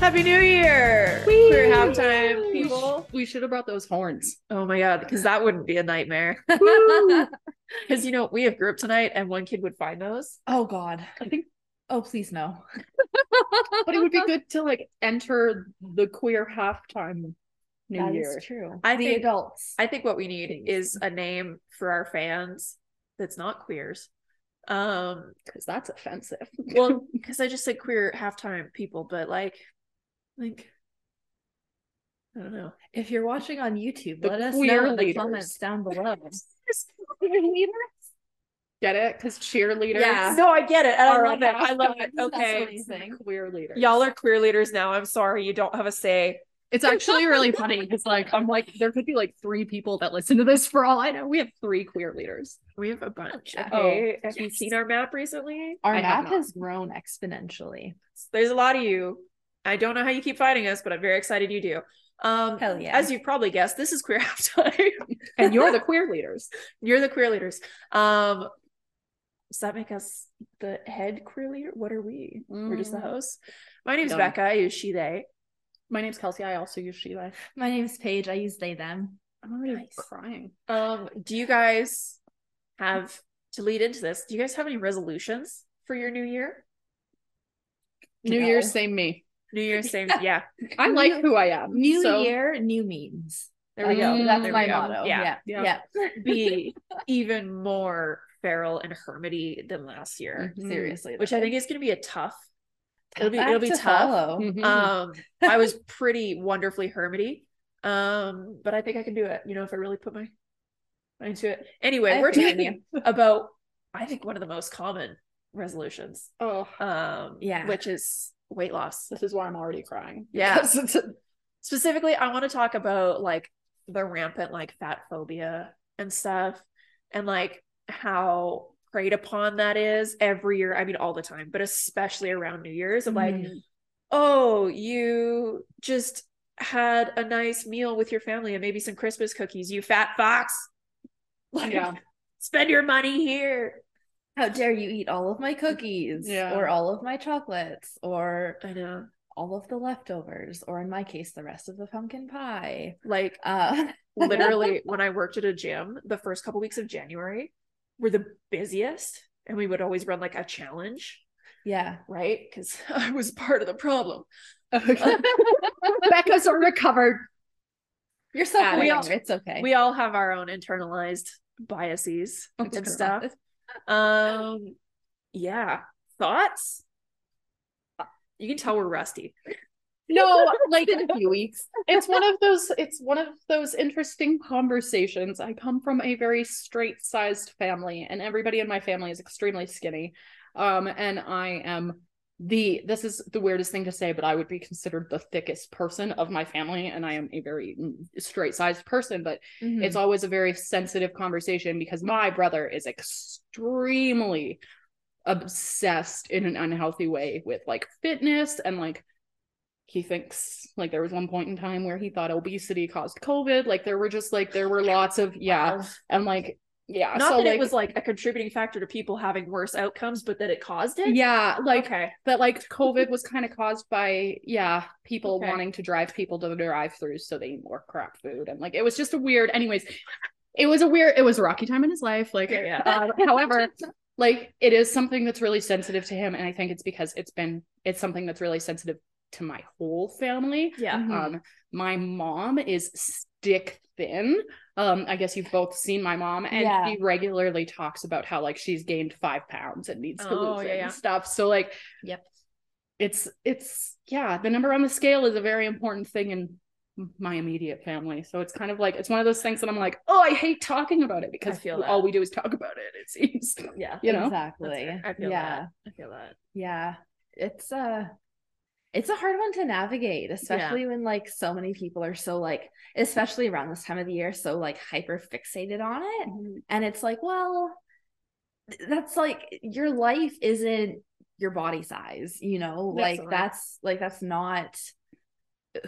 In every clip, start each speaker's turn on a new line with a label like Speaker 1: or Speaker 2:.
Speaker 1: Happy New Year!
Speaker 2: Whee!
Speaker 1: Queer halftime,
Speaker 2: We sh-
Speaker 1: people.
Speaker 2: We should have brought those horns.
Speaker 1: Oh my god, because that wouldn't be a nightmare.
Speaker 2: Woo!
Speaker 1: Because you know we have group tonight, and one kid would find those.
Speaker 2: oh God.
Speaker 1: I think,
Speaker 2: Oh please no.
Speaker 1: but it would be good to like.
Speaker 2: Enter the queer halftime new
Speaker 1: That is
Speaker 2: year. true.
Speaker 1: I
Speaker 2: the
Speaker 1: think-
Speaker 2: adults.
Speaker 1: I think what we need is a name for our fans that's not queers. Um,
Speaker 2: because that's offensive.
Speaker 1: well, because I just said queer halftime people, but like, like, I don't know.
Speaker 2: if you're watching on YouTube,
Speaker 1: The
Speaker 2: let us
Speaker 1: queer
Speaker 2: know in the
Speaker 1: leaders.
Speaker 2: comments down below.
Speaker 3: Get it? Because cheerleaders
Speaker 2: Yeah.
Speaker 1: No, I get it. and I
Speaker 2: Or
Speaker 1: love it. I love it.
Speaker 2: that's
Speaker 1: Okay.
Speaker 2: amazing.
Speaker 3: queer leaders.
Speaker 1: Y'all are queer leaders now. I'm sorry. You don't have a say.
Speaker 3: It's actually really funny because, like, I'm like, there could be like three people that listen to this. For all I know, we have three queer leaders.
Speaker 1: We have a bunch.
Speaker 2: Oh,
Speaker 1: Okay. have you
Speaker 2: yes.
Speaker 1: seen our map recently?
Speaker 2: Our
Speaker 3: I have
Speaker 2: map
Speaker 3: not.
Speaker 2: has grown exponentially.
Speaker 1: There's a lot of you. I don't know how you keep fighting us, but I'm very excited you do. Um,
Speaker 2: Hell yeah.
Speaker 1: As you've probably guessed, this is Queer Halftime.
Speaker 3: and you're the queer leaders.
Speaker 1: You're the queer leaders. Um, does that make us the head queer leader? What are we? We're just the
Speaker 2: Mm.
Speaker 1: hosts. My name's
Speaker 3: No.
Speaker 1: Becca. I use she, they.
Speaker 3: My name's Kelsey. I also use she. Life.
Speaker 2: My name's Paige. I use they them.
Speaker 3: I'm already
Speaker 2: Nice.
Speaker 3: crying.
Speaker 1: Um, do you guys have to lead into this? Do you guys have any resolutions for your new year?
Speaker 3: New
Speaker 2: No.
Speaker 3: Year's, same me.
Speaker 1: New Year's, same. Yeah.
Speaker 3: I like who I am.
Speaker 2: New
Speaker 3: so-
Speaker 2: year, new memes.
Speaker 1: There we go.
Speaker 3: Mm,
Speaker 2: That's
Speaker 1: There we
Speaker 2: my
Speaker 1: go.
Speaker 2: motto.
Speaker 1: Yeah.
Speaker 2: Yeah.
Speaker 3: Yeah.
Speaker 1: be even more feral and hermity than last year,
Speaker 3: Mhm.
Speaker 2: Seriously.
Speaker 1: which
Speaker 2: though.
Speaker 1: I think is going to be a tough. It'll be
Speaker 2: Mm-hmm. Tough
Speaker 1: it'll
Speaker 2: act
Speaker 1: be
Speaker 2: to
Speaker 1: tough.
Speaker 2: follow. Mm-hmm.
Speaker 3: Mhm.
Speaker 1: Um, I was pretty wonderfully hermity, um, but I think I can do it. You know, if I really put my mind to it. Anyway,
Speaker 2: I
Speaker 1: we're
Speaker 2: believe in
Speaker 1: talking about I think one of the most common resolutions,
Speaker 3: oh,
Speaker 1: um,
Speaker 2: Yeah.
Speaker 1: which is weight loss.
Speaker 3: this is why I'm already crying.
Speaker 1: Yeah.
Speaker 3: Because it's a-
Speaker 1: specifically i want to talk about like the rampant like fat phobia and stuff and like how preyed upon that is every year i mean all the time but especially around new year's of like
Speaker 2: Mhm.
Speaker 1: oh you just had a nice meal with your family and maybe some christmas cookies you fat fox like
Speaker 3: yeah.
Speaker 1: spend your money here
Speaker 2: How dare you eat all of my cookies
Speaker 3: Yeah.
Speaker 2: or all of my chocolates or
Speaker 1: i know
Speaker 2: all of the leftovers or in my case the rest of the pumpkin pie.
Speaker 1: like
Speaker 2: Uh
Speaker 1: literally when I worked at a gym, the first couple weeks of January were the busiest, and we would always run like a challenge,
Speaker 2: yeah.
Speaker 1: right? Because I was part of the problem.
Speaker 3: Becca's a recovered.
Speaker 2: You're so
Speaker 3: Adding.
Speaker 2: clear. It's okay.
Speaker 1: We all have our own internalized biases
Speaker 2: That's
Speaker 1: and
Speaker 2: true.
Speaker 1: stuff. Um, yeah, thoughts. You can tell we're rusty.
Speaker 3: No, like in a few weeks. It's one of those it's one of those interesting conversations. I come from a very straight-sized family and everybody in my family is extremely skinny. Um and I am the this is the weirdest thing to say, but I would be considered the thickest person of my family and I am a very mm, straight-sized person, but
Speaker 2: Mm-hmm.
Speaker 3: it's
Speaker 1: Hmm.
Speaker 3: always a very sensitive conversation because my brother is extremely obsessed in an unhealthy way with like fitness and like he thinks like there was one point in time where he thought obesity caused covid like there were just like there were lots of yeah
Speaker 1: Wow.
Speaker 3: and like yeah
Speaker 1: Not
Speaker 3: so
Speaker 1: that
Speaker 3: like
Speaker 1: it was like a contributing factor to people having worse outcomes, but that it caused it.
Speaker 3: yeah like
Speaker 1: Okay.
Speaker 3: that like covid was kind of caused by yeah people
Speaker 1: Okay.
Speaker 3: wanting to drive people to the drive-throughs so they eat more crap food and like it was just a weird anyways it was a weird it was a rocky time in his life like
Speaker 1: Yeah, yeah.
Speaker 3: um, however like it is something that's really sensitive to him and i think it's because it's been it's something that's really sensitive to my whole family
Speaker 1: Yeah.
Speaker 2: Mhm.
Speaker 3: um my mom is stick thin um i guess you've both seen my mom and
Speaker 2: Yeah.
Speaker 3: she regularly talks about how like she's gained five pounds and needs to
Speaker 1: Oh,
Speaker 3: lose
Speaker 1: yeah,
Speaker 3: it
Speaker 1: yeah.
Speaker 3: and stuff so like
Speaker 2: Yep.
Speaker 3: it's it's yeah the number on the scale is a very important thing in my immediate family so it's kind of like it's one of those things that i'm like oh i hate talking about it because
Speaker 1: feel that.
Speaker 3: all we do is talk about it it seems
Speaker 1: Yeah.
Speaker 3: you know
Speaker 2: exactly.
Speaker 1: That's fair. I feel
Speaker 2: yeah.
Speaker 1: that. I feel that.
Speaker 2: Yeah. It's uh it's a hard one to navigate, especially when like so many people are so like especially around this time of the year so like hyper fixated on it.
Speaker 1: Mm-hmm.
Speaker 2: And it's like, well, th- that's like your life isn't your body size, you know? Like
Speaker 1: Definitely.
Speaker 2: that's like that's not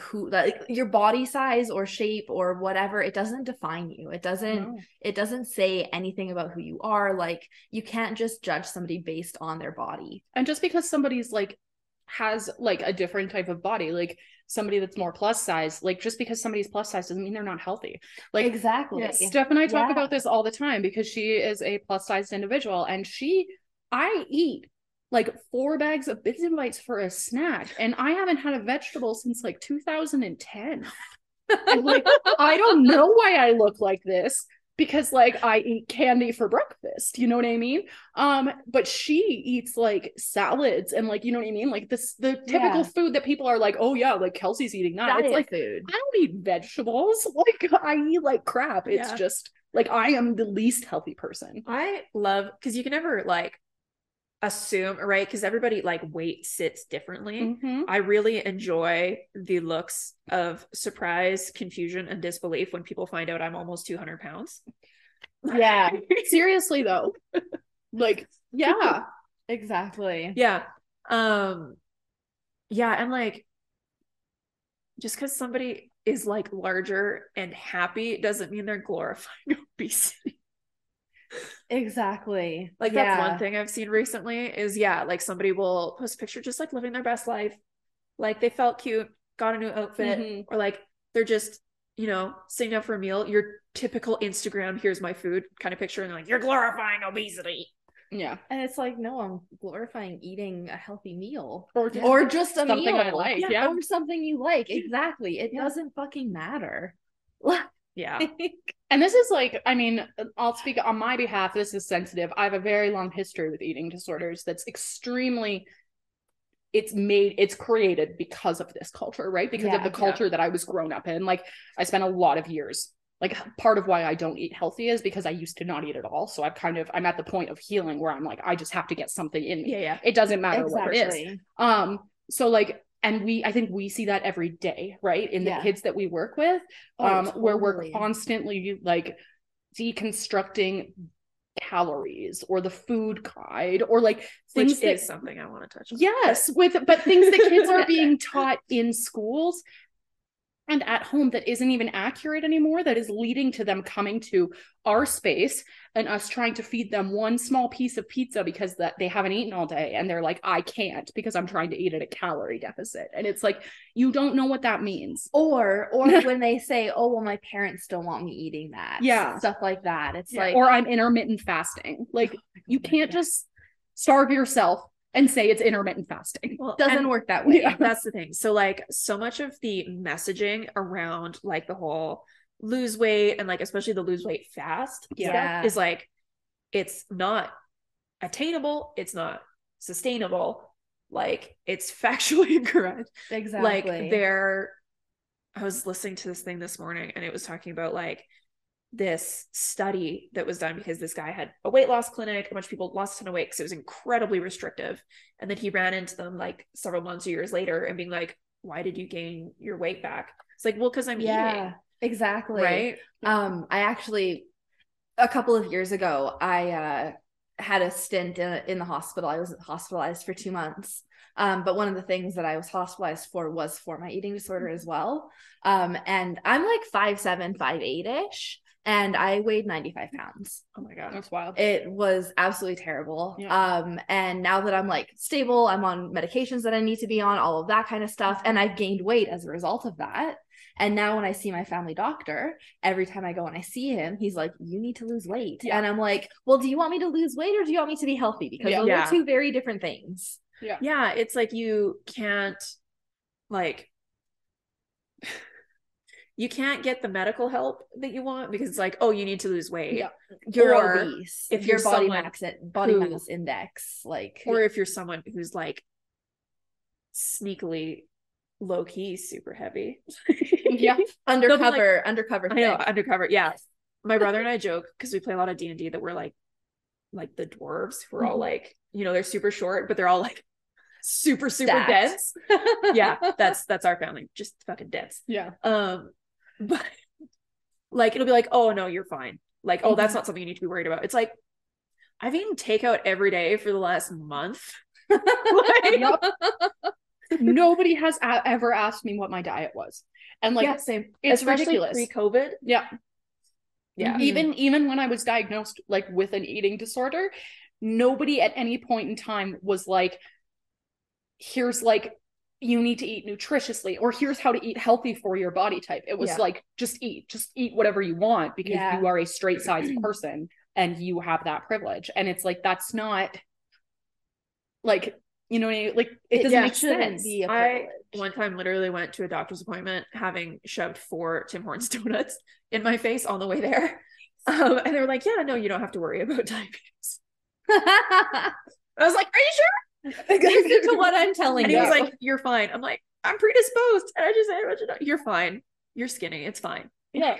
Speaker 2: who like your body size or shape or whatever, it doesn't define you. It doesn't
Speaker 3: No.
Speaker 2: it doesn't say anything about who you are. Like you can't just judge somebody based on their body.
Speaker 3: and just because somebody's like has like a different type of body like somebody that's more plus size like just because somebody's plus size doesn't mean they're not healthy like
Speaker 2: exactly.
Speaker 3: Steph and I talk
Speaker 2: Yeah.
Speaker 3: about this all the time because she is a plus sized individual and she, I eat like four bags of bits and bites for a snack and I haven't had a vegetable since like 2010. And, like, I don't know why I look like this because like I eat candy for breakfast, you know what I mean? Um but she eats like salads and like you know what I mean? Like this the typical
Speaker 2: Yeah.
Speaker 3: food that people are like, "Oh yeah, like Kelsey's eating that."
Speaker 2: Diet
Speaker 3: it's like
Speaker 2: food.
Speaker 3: I don't eat vegetables. Like I eat like crap. It's
Speaker 1: Yeah.
Speaker 3: just like I am the least healthy person.
Speaker 1: I love because you can never like assume, right? Because everybody like weight sits differently.
Speaker 3: Mm-hmm.
Speaker 1: I really enjoy the looks of surprise, confusion, and disbelief when people find out I'm almost 200 pounds.
Speaker 2: Yeah.
Speaker 3: Seriously though. like yeah.
Speaker 2: Exactly.
Speaker 1: Yeah. Um, yeah. And like, just because somebody is like larger and happy doesn't mean they're glorifying obesity.
Speaker 2: Exactly.
Speaker 1: Like,
Speaker 2: Yeah.
Speaker 1: that's one thing I've seen recently is, yeah, like somebody will post a picture just like living their best life. Like, they felt cute, got a new outfit,
Speaker 2: Mm-hmm.
Speaker 3: Mhm.
Speaker 1: or like they're just you know sitting down for a meal your typical instagram here's my food kind of picture and they're like you're glorifying obesity
Speaker 3: Yeah.
Speaker 2: And it's like, no, I'm glorifying eating a healthy meal.
Speaker 3: Or
Speaker 2: Or just a
Speaker 3: Something
Speaker 2: meal.
Speaker 3: I like, yeah.
Speaker 2: Or something you like. Exactly. It
Speaker 1: Yeah.
Speaker 2: doesn't fucking matter.
Speaker 1: yeah
Speaker 3: and this is like, I mean, I'll speak on my behalf. This is sensitive. I have a very long history with eating disorders that's extremely it's made it's created because of this culture, right? Because of
Speaker 2: Yeah,
Speaker 3: the
Speaker 2: yeah.
Speaker 3: culture that I was grown up in. Like I spent a lot of years. Like part of why I don't eat healthy is because I used to not eat at all. So I've kind of I'm at the point of healing where I'm like, I just have to get something in me.
Speaker 1: yeah yeah
Speaker 3: It doesn't matter what it is
Speaker 2: Exactly.
Speaker 3: um so like and we i think we see that every day right in the
Speaker 2: Yeah.
Speaker 3: kids that we work with
Speaker 2: Oh,
Speaker 3: um where we're
Speaker 2: totally.
Speaker 3: constantly like deconstructing calories or the food guide or like
Speaker 1: which
Speaker 3: things that
Speaker 1: is something i want to touch on
Speaker 3: yes with but things that kids are being taught in schools and at home that isn't even accurate anymore that is leading to them coming to our space and us trying to feed them one small piece of pizza because that they haven't eaten all day and they're like i can't because i'm trying to eat at a calorie deficit and it's like you don't know what that means
Speaker 2: Or or when they say, Oh, well, my parents don't want me eating that.
Speaker 3: Yeah.
Speaker 2: Stuff like that. It's
Speaker 1: Yeah.
Speaker 2: like
Speaker 3: or i'm intermittent fasting like you can't just starve yourself and say it's intermittent fasting
Speaker 1: well,
Speaker 2: doesn't
Speaker 1: and
Speaker 2: work that way.
Speaker 3: Yeah.
Speaker 1: that's the thing so like so much of the messaging around like the whole lose weight and like especially the lose weight fast stuff
Speaker 2: Yeah.
Speaker 1: is like it's not attainable it's not sustainable like it's factually incorrect
Speaker 2: Exactly.
Speaker 1: like they're i was listening to this thing this morning and it was talking about like this study that was done because this guy had a weight loss clinic a bunch of people lost a ton of weight because it was incredibly restrictive and then he ran into them like several months or years later and being like why did you gain your weight back it's like well because i'm
Speaker 2: yeah,
Speaker 1: eating
Speaker 2: exactly.
Speaker 1: right
Speaker 2: Um, I actually a couple of years ago, I uh had a stint in, in the hospital. I was hospitalized for two months. Um, but one of the things that I was hospitalized for was for my eating disorder as well. Um, and I'm like five seven, five eight ish, and I weighed 95 pounds.
Speaker 1: oh my god
Speaker 3: that's wild
Speaker 2: It was absolutely terrible.
Speaker 3: Yeah.
Speaker 2: Um, and now that I'm like stable, I'm on medications that I need to be on, all of that kind of stuff. And I've gained weight as a result of that. And now when I see my family doctor, every time I go and I see him, he's like, You need to lose weight.
Speaker 3: Yeah.
Speaker 2: And I'm like, Well, do you want me to lose weight or do you want me to be healthy? Because
Speaker 3: Yeah.
Speaker 2: those
Speaker 1: Yeah.
Speaker 2: are two very different things.
Speaker 1: yeah it's like you can't like you can't get the medical help that you want because it's like oh you need to lose weight
Speaker 3: Yeah.
Speaker 1: you're
Speaker 2: Or obese.
Speaker 1: if
Speaker 2: your
Speaker 1: you're
Speaker 2: body
Speaker 1: someone
Speaker 2: max body
Speaker 1: who-
Speaker 2: mass index, like
Speaker 1: or if you're someone who's like sneakily low key super heavy
Speaker 3: yeah
Speaker 2: undercover, undercover.
Speaker 1: i know
Speaker 2: thick.
Speaker 1: undercover yeah my brother and i joke because we play a lot of d&d that we're like like the dwarves who are all
Speaker 2: Mhm.
Speaker 3: Mm-hmm.
Speaker 1: like you know they're super short but they're all like super super
Speaker 2: Stacked.
Speaker 1: dense yeah that's that's our family just fucking dense
Speaker 3: yeah
Speaker 1: um but like it'll be like oh no you're fine like oh
Speaker 3: Mm-hmm.
Speaker 1: that's not something you need to be worried about it's like i've eaten takeout every day for the last month Like,
Speaker 3: Yup. Nobody has a- ever asked me what my diet was, and like
Speaker 1: yeah, same.
Speaker 3: it's
Speaker 1: Especially
Speaker 3: ridiculous.
Speaker 1: pre-COVID.
Speaker 3: yeah,
Speaker 1: Yeah.
Speaker 2: Mhm.
Speaker 3: even even when I was diagnosed like with an eating disorder, nobody at any point in time was like, here's like you need to eat nutritiously or here's how to eat healthy for your body type. It was
Speaker 1: Yeah.
Speaker 3: like just eat, just eat whatever you want because
Speaker 2: Yeah.
Speaker 3: you are a straight sized person and you have that privilege. And it's like that's not like you know what I mean? like it doesn't
Speaker 1: yeah,
Speaker 3: make
Speaker 2: shouldn't
Speaker 3: sense.
Speaker 2: be a
Speaker 1: I-
Speaker 2: privilege.
Speaker 1: One time, literally went to a doctor's appointment having shoved four Tim Hortons donuts in my face on the way there. Um, and they were like, Yeah, no, you don't have to worry about diabetes. I was like, Are you
Speaker 2: Listen to what I'm telling
Speaker 1: sure? And
Speaker 2: you.
Speaker 1: he was like, You're fine. I'm like, I'm predisposed. And I just said, "But you know, You're fine. You're skinny. It's fine.
Speaker 3: Yeah.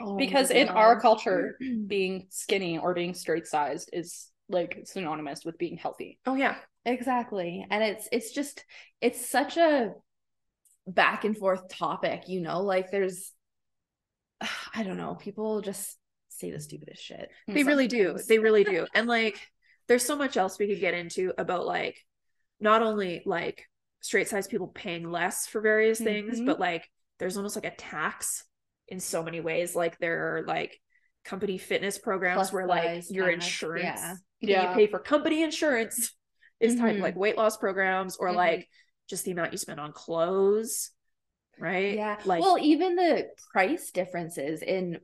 Speaker 2: Oh
Speaker 3: because in our culture, being skinny or being straight sized is like synonymous with being healthy.
Speaker 1: Oh, yeah.
Speaker 2: Exactly. And it's it's just it's such a back and forth topic, you know, like there's I don't know, people just say the stupidest shit.
Speaker 1: They really do. They really do. And like, there's so much else we could get into about like, not only like straight size people paying less for various things,
Speaker 2: Mm-hmm.
Speaker 3: Mhm.
Speaker 1: but like, there's almost like a tax in so many ways. Like, there are like company fitness programs
Speaker 2: Plus
Speaker 1: where like
Speaker 2: size
Speaker 1: your
Speaker 2: tax,
Speaker 1: insurance,
Speaker 2: yeah.
Speaker 1: yeah.
Speaker 3: Yeah.
Speaker 1: you pay for company insurance is type
Speaker 2: Mhm.
Speaker 1: like weight loss programs or
Speaker 2: Mhm.
Speaker 1: like just the amount you spend on clothes, right?
Speaker 2: Yeah.
Speaker 1: Like,
Speaker 2: well, even the price differences in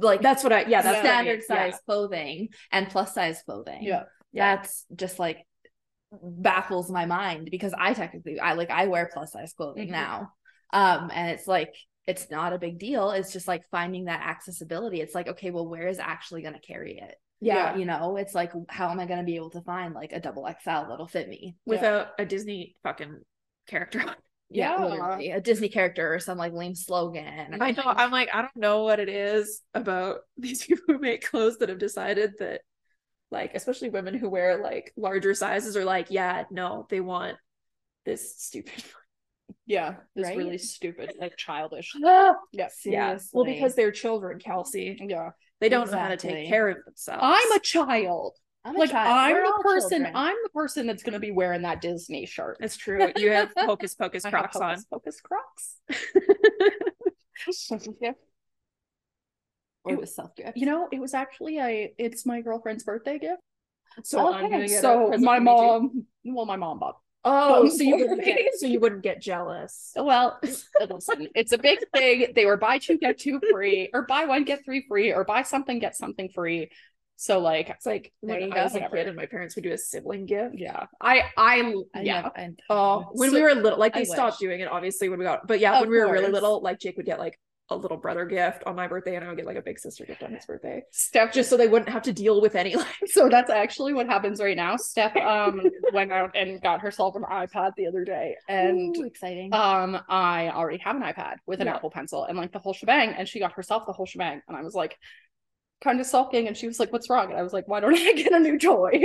Speaker 2: like
Speaker 1: that's what I, yeah, that's what I mean.
Speaker 2: standard
Speaker 1: Yeah.
Speaker 2: size clothing and plus size clothing.
Speaker 3: Yeah.
Speaker 2: That's just like baffles my mind because I technically I like I wear plus size clothing
Speaker 3: Mhm.
Speaker 2: now. Um and it's like it's not a big deal. It's just like finding that accessibility. It's like okay, well where is actually going to carry it?
Speaker 1: Yeah.
Speaker 2: You know, it's like how am I going to be able to find like a double XL that'll fit me?
Speaker 1: Without a Disney fucking character on
Speaker 2: Yeah,
Speaker 3: Yeah.
Speaker 2: literally. a Disney character or some like lame slogan. or
Speaker 1: I know.
Speaker 2: something.
Speaker 1: I'm like, I don't know what it is about these people who make clothes that have decided that, like, especially women who wear like larger sizes are like, yeah, no, they want this stupid.
Speaker 3: Yeah. It's
Speaker 2: Right?
Speaker 3: really stupid, like childish. Yes.
Speaker 1: Yeah. Well, because they're children, Kelsey.
Speaker 3: Yeah.
Speaker 1: They don't know how to
Speaker 2: Exactly.
Speaker 1: take care of themselves.
Speaker 3: I'm a child.
Speaker 2: I'm a
Speaker 3: Like
Speaker 2: child.
Speaker 3: I'm
Speaker 2: Oh We're
Speaker 3: the
Speaker 2: all
Speaker 3: person.
Speaker 2: children.
Speaker 3: I'm the person that's gonna be wearing that Disney shirt.
Speaker 1: It's true. You have hocus pocus
Speaker 3: I have
Speaker 1: crocs on.
Speaker 3: Hocus Crocs.
Speaker 2: Or with self gift.
Speaker 3: You know, it was actually a. It's my girlfriend's birthday gift.
Speaker 1: So I'm
Speaker 3: Okay,
Speaker 1: gonna get a
Speaker 3: so
Speaker 1: present
Speaker 3: my
Speaker 1: for you too.
Speaker 3: mom. Well, my mom bought.
Speaker 1: Oh,
Speaker 3: Um,
Speaker 1: so you wouldn't get, so you wouldn't get jealous.
Speaker 3: Well, listen, it's a big thing. They were buy two get two free, or buy one get three free, or buy something get something free. So like,
Speaker 1: It's like
Speaker 3: There
Speaker 1: when
Speaker 3: you
Speaker 1: I
Speaker 3: go,
Speaker 1: was a
Speaker 3: whatever.
Speaker 1: kid and my parents would do a sibling gift.
Speaker 3: yeah, I I
Speaker 2: I
Speaker 3: yeah.
Speaker 2: nev- I-
Speaker 1: Oh, when
Speaker 3: So-
Speaker 1: we were little, like
Speaker 2: I
Speaker 1: they stopped
Speaker 2: wish.
Speaker 1: doing it, obviously, when we got, but yeah,
Speaker 3: Of
Speaker 1: when we were really
Speaker 3: course.
Speaker 1: little, like Jake would get like a little brother gift on my birthday, and I would get like a big sister gift on his birthday,
Speaker 3: Steph
Speaker 1: just so they wouldn't have to deal with any like.
Speaker 3: So that's actually what happens right now. Steph um went out and got herself an iPad the other day and
Speaker 2: Ooh, exciting.
Speaker 3: um I already have an iPad with an
Speaker 1: Yeah.
Speaker 3: Apple pencil and like the whole shebang and she got herself the whole shebang and I was like kind of sulking and she was like what's wrong and I was like why don't I get a new toy?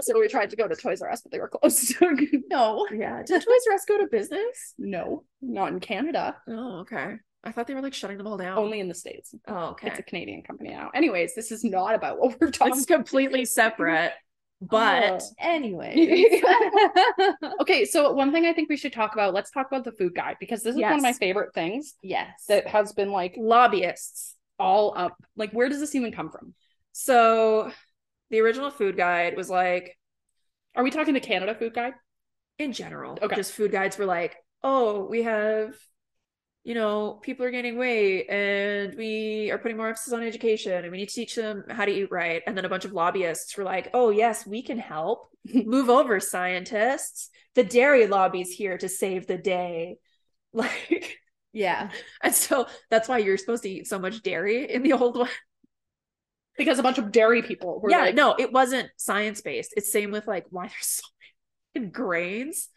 Speaker 3: so we tried to go to Toys R Us but they were closed.
Speaker 2: no.
Speaker 1: Yeah, did Toys R Us go to business?
Speaker 3: no, not in Canada,
Speaker 1: Oh, okay. I thought they were like shutting them all down.
Speaker 3: only in the states.
Speaker 1: Oh, okay.
Speaker 3: It's a Canadian company now. Anyways, this is not about what we're talking
Speaker 1: It's Oh. completely separate, but
Speaker 2: Anyway.
Speaker 3: Okay, so one thing I think we should talk about, let's talk about the food guide because this is one of my
Speaker 1: Yes.
Speaker 3: favorite things
Speaker 2: yes.
Speaker 3: that has been like
Speaker 1: lobbyists.
Speaker 3: all up. Like, where does this even come from?
Speaker 1: So, the original food guide was like
Speaker 3: Are we talking the Canada food guide?
Speaker 1: in general.
Speaker 3: Okay.
Speaker 1: Just food guides were like, oh, we have, you know, people are gaining weight and we are putting more emphasis on education and we need to teach them how to eat right. And then a bunch of lobbyists were like, oh, yes, we can help. Move over, scientists. The dairy lobby's here to save the day. Like,
Speaker 2: yeah.
Speaker 1: and so that's why you're supposed to eat so much dairy in the old one.
Speaker 3: Because a bunch of dairy people were
Speaker 1: yeah,
Speaker 3: like,
Speaker 1: no, it wasn't science based. It's same with like why there's so many fucking grains,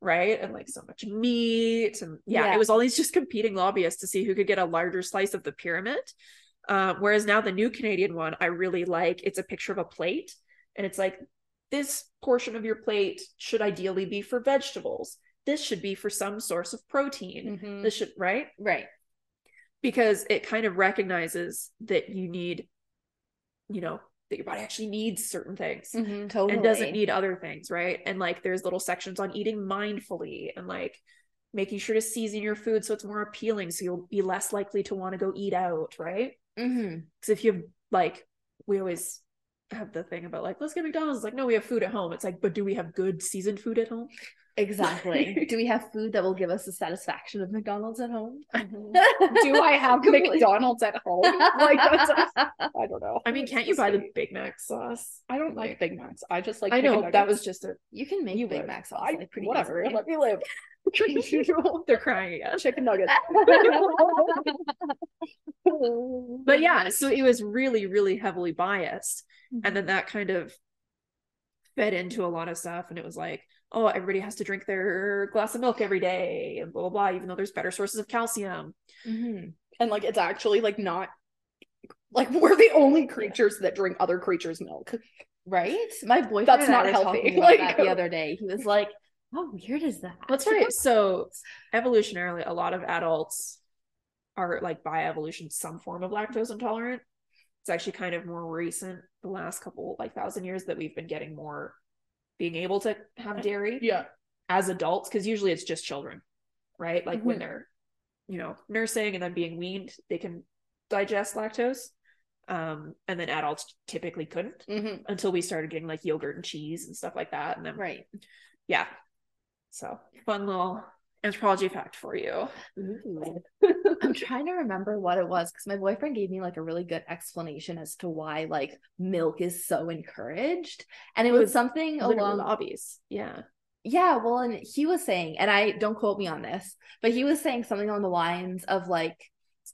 Speaker 1: right? And like so much meat. And yeah,
Speaker 2: Yeah.
Speaker 1: it was all these just competing lobbyists to see who could get a larger slice of the pyramid. Um, whereas now the new Canadian one I really like. It's a picture of a plate, and it's like this portion of your plate should ideally be for vegetables. This should be for some source of protein.
Speaker 3: Mhm.
Speaker 1: This should right
Speaker 2: Right.
Speaker 1: because it kind of recognizes that you need, you know, that your body actually needs certain things
Speaker 3: Mhm.
Speaker 2: Totally.
Speaker 1: and doesn't need other things, right? And like there's little sections on eating mindfully and like making sure to season your food so it's more appealing so you'll be less likely to want to go eat out, right?
Speaker 2: Mhm.
Speaker 1: Because if you have like we always have the thing about like let's get McDonald's. It's like no, we have food at home. It's like but do we have good seasoned food at home?
Speaker 2: Exactly. Do we have food that will give us the satisfaction of McDonald's at home?
Speaker 1: Mm-hmm.
Speaker 3: Do I have
Speaker 2: Completely.
Speaker 3: McDonald's at home? Like that's I don't know.
Speaker 1: I mean, can't you buy the Big Mac sauce?
Speaker 3: I don't like Big Macs. I just like
Speaker 1: I
Speaker 3: chicken
Speaker 1: know that
Speaker 3: nuggets.
Speaker 1: was just a
Speaker 2: you can make
Speaker 3: You
Speaker 2: Big
Speaker 3: would.
Speaker 2: Mac sauce
Speaker 3: I-
Speaker 2: like pretty
Speaker 3: whatever.
Speaker 2: easily.
Speaker 3: Let me live.
Speaker 1: they're crying again.
Speaker 3: chicken nuggets.
Speaker 1: But yeah, so it was really, really heavily biased. And then that kind of fed into a lot of stuff. And it was like, oh, everybody has to drink their glass of milk every day and blah, blah, blah, even though there's better sources of calcium.
Speaker 2: Mhm.
Speaker 3: and like it's actually like not like we're the only creatures that drink other creatures' milk.
Speaker 2: Right? My boyfriend
Speaker 3: That's
Speaker 2: and I
Speaker 3: not
Speaker 2: were
Speaker 3: healthy.
Speaker 2: talking about
Speaker 3: Like-
Speaker 2: that the other day. He was like, "How weird is that?"
Speaker 1: That's right. So evolutionarily, a lot of adults are like by evolution some form of lactose intolerant. It's actually kind of more recent, the last couple like thousand years that we've been getting more being able to have dairy.
Speaker 3: Yeah.
Speaker 1: as adults because usually it's just children right like when
Speaker 2: Mm-hmm.
Speaker 3: Mhm.
Speaker 1: they're you know nursing and then being weaned they can digest lactose um and then adults typically couldn't
Speaker 3: Mhm.
Speaker 1: until we started getting like yogurt and cheese and stuff like that and then
Speaker 2: Right.
Speaker 1: yeah so fun little anthropology fact for you
Speaker 2: I'm trying to remember what it was because my boyfriend gave me like a really good explanation as to why like milk is so encouraged, and it was something
Speaker 1: Literal
Speaker 2: along
Speaker 1: lobbies yeah
Speaker 2: Yeah, well, and he was saying, and I don't quote me on this, but he was saying something on the lines of like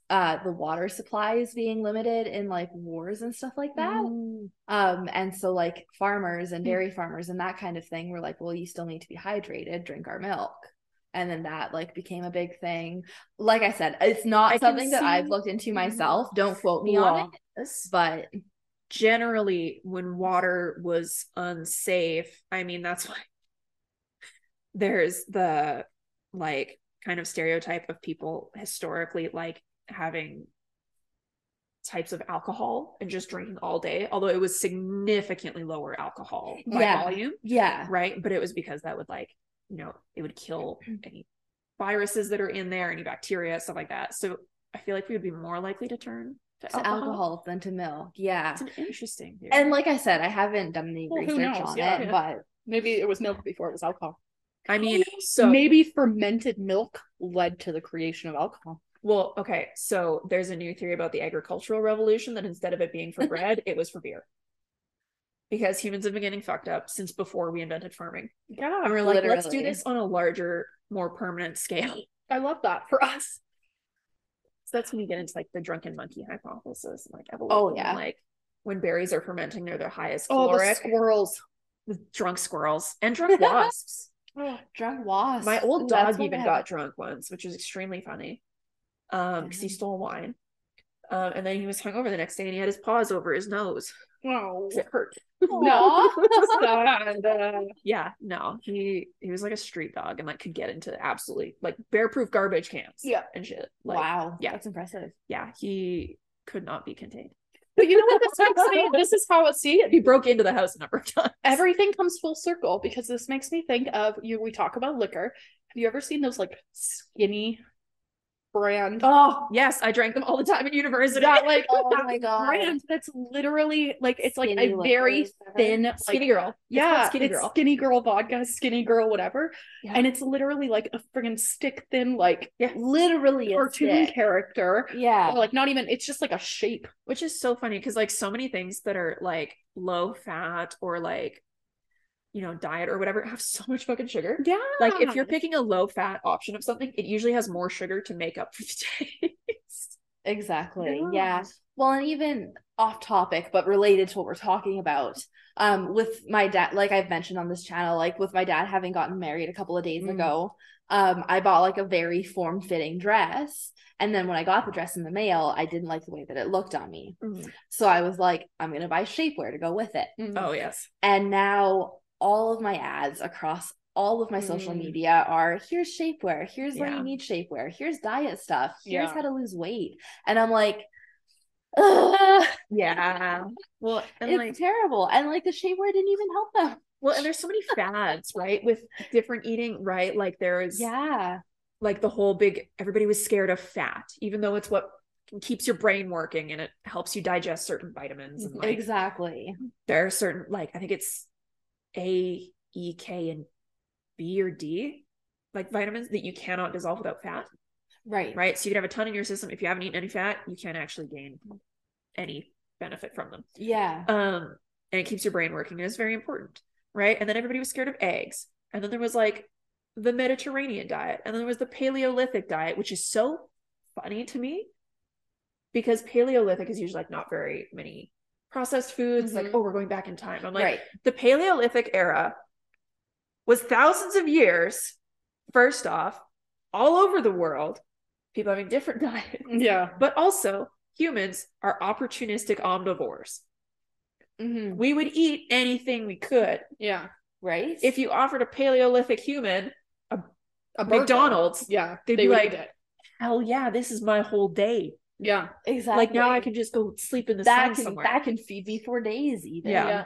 Speaker 2: uh the water supplies being limited in like wars and stuff like that.
Speaker 3: Mm.
Speaker 1: Mm.
Speaker 2: Um, and so like farmers
Speaker 3: Hmm.
Speaker 2: and dairy farmers and that kind of thing were like, well, you still need to be hydrated, drink our milk. And then that like became a big thing. Like I said, it's not
Speaker 1: I can
Speaker 2: something that I've
Speaker 1: see-
Speaker 2: looked into myself. Don't quote me on it,
Speaker 1: Yes.
Speaker 2: but
Speaker 1: generally when water was unsafe i mean that's why there's the like kind of stereotype of people historically like having types of alcohol and just drinking all day although it was significantly lower alcohol by
Speaker 2: Yeah.
Speaker 1: volume
Speaker 2: yeah,
Speaker 1: right but it was because that would like you know it would kill any viruses that are in there any bacteria stuff like that so i feel like we would be more likely to turn to,
Speaker 2: to alcohol. than to milk. Yeah.
Speaker 1: that's an interesting theory.
Speaker 2: And like I said, I haven't done any
Speaker 3: Well, who
Speaker 2: research
Speaker 3: knows?
Speaker 2: on
Speaker 3: Yeah.
Speaker 2: it, but
Speaker 3: Maybe it was milk before it was alcohol.
Speaker 1: I mean, so
Speaker 3: maybe fermented milk led to the creation of alcohol.
Speaker 1: well, okay. So there's a new theory about the agricultural revolution that instead of it being for bread, it was for beer. Because humans have been getting fucked up since before we invented farming.
Speaker 3: Yeah,
Speaker 1: And we're like, let's do
Speaker 2: Literally.
Speaker 1: this on a larger, more permanent scale.
Speaker 3: I love that for us.
Speaker 1: So that's when you get into like the drunken monkey hypothesis, and, like evolution.
Speaker 2: Oh, yeah.
Speaker 1: Like when berries are fermenting, they're their highest
Speaker 3: Oh, the
Speaker 1: caloric.
Speaker 3: squirrels.
Speaker 1: with drunk squirrels and drunk wasps.
Speaker 2: drunk wasps.
Speaker 1: My
Speaker 2: Ooh,
Speaker 1: old
Speaker 2: that's
Speaker 1: dog
Speaker 2: one
Speaker 1: even
Speaker 2: I
Speaker 1: got
Speaker 2: haven't-
Speaker 1: drunk once, which was extremely funny. Um, because he
Speaker 2: Yeah.
Speaker 1: stole wine. Um, and then he was hungover the next day and he had his paws over his nose.
Speaker 3: Oh,
Speaker 1: 'cause It hurt.
Speaker 2: Aw.
Speaker 3: sad.
Speaker 1: Yeah, no. He he was like a street dog and like could get into absolutely like bear proof garbage cans.
Speaker 3: Yeah.
Speaker 1: And shit. Like
Speaker 2: wow,
Speaker 1: yeah.
Speaker 2: that's impressive.
Speaker 1: yeah, he could not be contained.
Speaker 3: But you know what this makes me? This is how it see
Speaker 1: He broke into the house a number of times.
Speaker 3: everything comes full circle because this makes me think of you. We talk about liquor. Have you ever seen those like skinny brand?
Speaker 1: Oh yes, I drank them all the time in university.
Speaker 3: that like
Speaker 2: Oh
Speaker 3: that
Speaker 2: my God.
Speaker 3: brand that's literally like it's like
Speaker 2: Skinny
Speaker 3: a
Speaker 2: liquor or
Speaker 3: very
Speaker 2: whatever.
Speaker 3: thin like,
Speaker 1: Skinny girl. It's
Speaker 3: yeah
Speaker 1: called skinny
Speaker 3: it's
Speaker 1: girl.
Speaker 3: skinny girl vodka skinny girl whatever
Speaker 1: Yeah.
Speaker 3: and it's literally like a friggin' stick thin like
Speaker 2: Literally, a
Speaker 3: cartoon
Speaker 2: stick.
Speaker 3: character
Speaker 2: Yeah,
Speaker 3: Or, like not even it's just like a shape
Speaker 1: which is so funny because like so many things that are like low fat or like you know diet or whatever have so much fucking sugar
Speaker 3: yeah
Speaker 1: like if you're picking a low fat option of something it usually has more sugar to make up for the taste
Speaker 2: exactly.
Speaker 1: Yeah.
Speaker 2: Yeah. Well, and even off topic, but related to what we're talking about, um, with my dad, like I've mentioned on this channel, like with my dad having gotten married a couple of days
Speaker 1: Mm.
Speaker 2: ago, um, I bought like a very form fitting dress. And then when I got the dress in the mail, I didn't like the way that it looked on me. So I was like, I'm going to buy shapewear to go with it.
Speaker 3: Mm-hmm.
Speaker 1: oh yes
Speaker 2: And now all of my ads across all of my social
Speaker 3: Mm.
Speaker 2: media are here's shapewear, here's where
Speaker 1: Yeah.
Speaker 2: you need shapewear, here's diet stuff, here's
Speaker 3: Yeah.
Speaker 2: how to lose weight. And I'm like, Ugh,
Speaker 1: yeah well and
Speaker 2: it's
Speaker 1: like
Speaker 2: terrible. And like the shapewear didn't even help them.
Speaker 1: well and there's so many fads right with different eating right like there is
Speaker 2: Yeah.
Speaker 1: like the whole big everybody was scared of fat even though it's what keeps your brain working and it helps you digest certain vitamins and like
Speaker 2: Mm, exactly.
Speaker 1: there are certain like I think it's A, E, K, and B or D like vitamins that you cannot dissolve without fat.
Speaker 2: Right.
Speaker 1: Right. So you could have a ton in your system. If you haven't eaten any fat, you can't actually gain any benefit from them.
Speaker 2: Yeah.
Speaker 1: Um, and it keeps your brain working and it's very important. Right. And then everybody was scared of eggs. And then there was like the Mediterranean diet. And then there was the Paleolithic diet, which is so funny to me because Paleolithic is usually like not very many processed foods. It's Like,
Speaker 3: Mhm.
Speaker 1: oh, we're going back in time. I'm like,
Speaker 2: right.
Speaker 1: the Paleolithic era was thousands of years, first off, all over the world, people having different diets,
Speaker 3: Yeah.
Speaker 1: but also humans are opportunistic omnivores.
Speaker 3: Mm-hmm.
Speaker 2: Mhm.
Speaker 1: We would eat anything we could.
Speaker 3: Yeah.
Speaker 2: Right.
Speaker 1: If you offered a Paleolithic human
Speaker 3: A burger.
Speaker 1: McDonald's,
Speaker 3: Yeah.
Speaker 1: They'd
Speaker 3: they
Speaker 1: be
Speaker 3: would
Speaker 1: like-
Speaker 3: eat it.
Speaker 1: hell yeah, this is my whole day.
Speaker 3: yeah.
Speaker 2: exactly.
Speaker 1: Like now I can just go sleep in the
Speaker 2: that
Speaker 1: sun
Speaker 2: can
Speaker 1: somewhere.
Speaker 2: that can feed me for days even.
Speaker 1: Yeah.
Speaker 3: Yeah.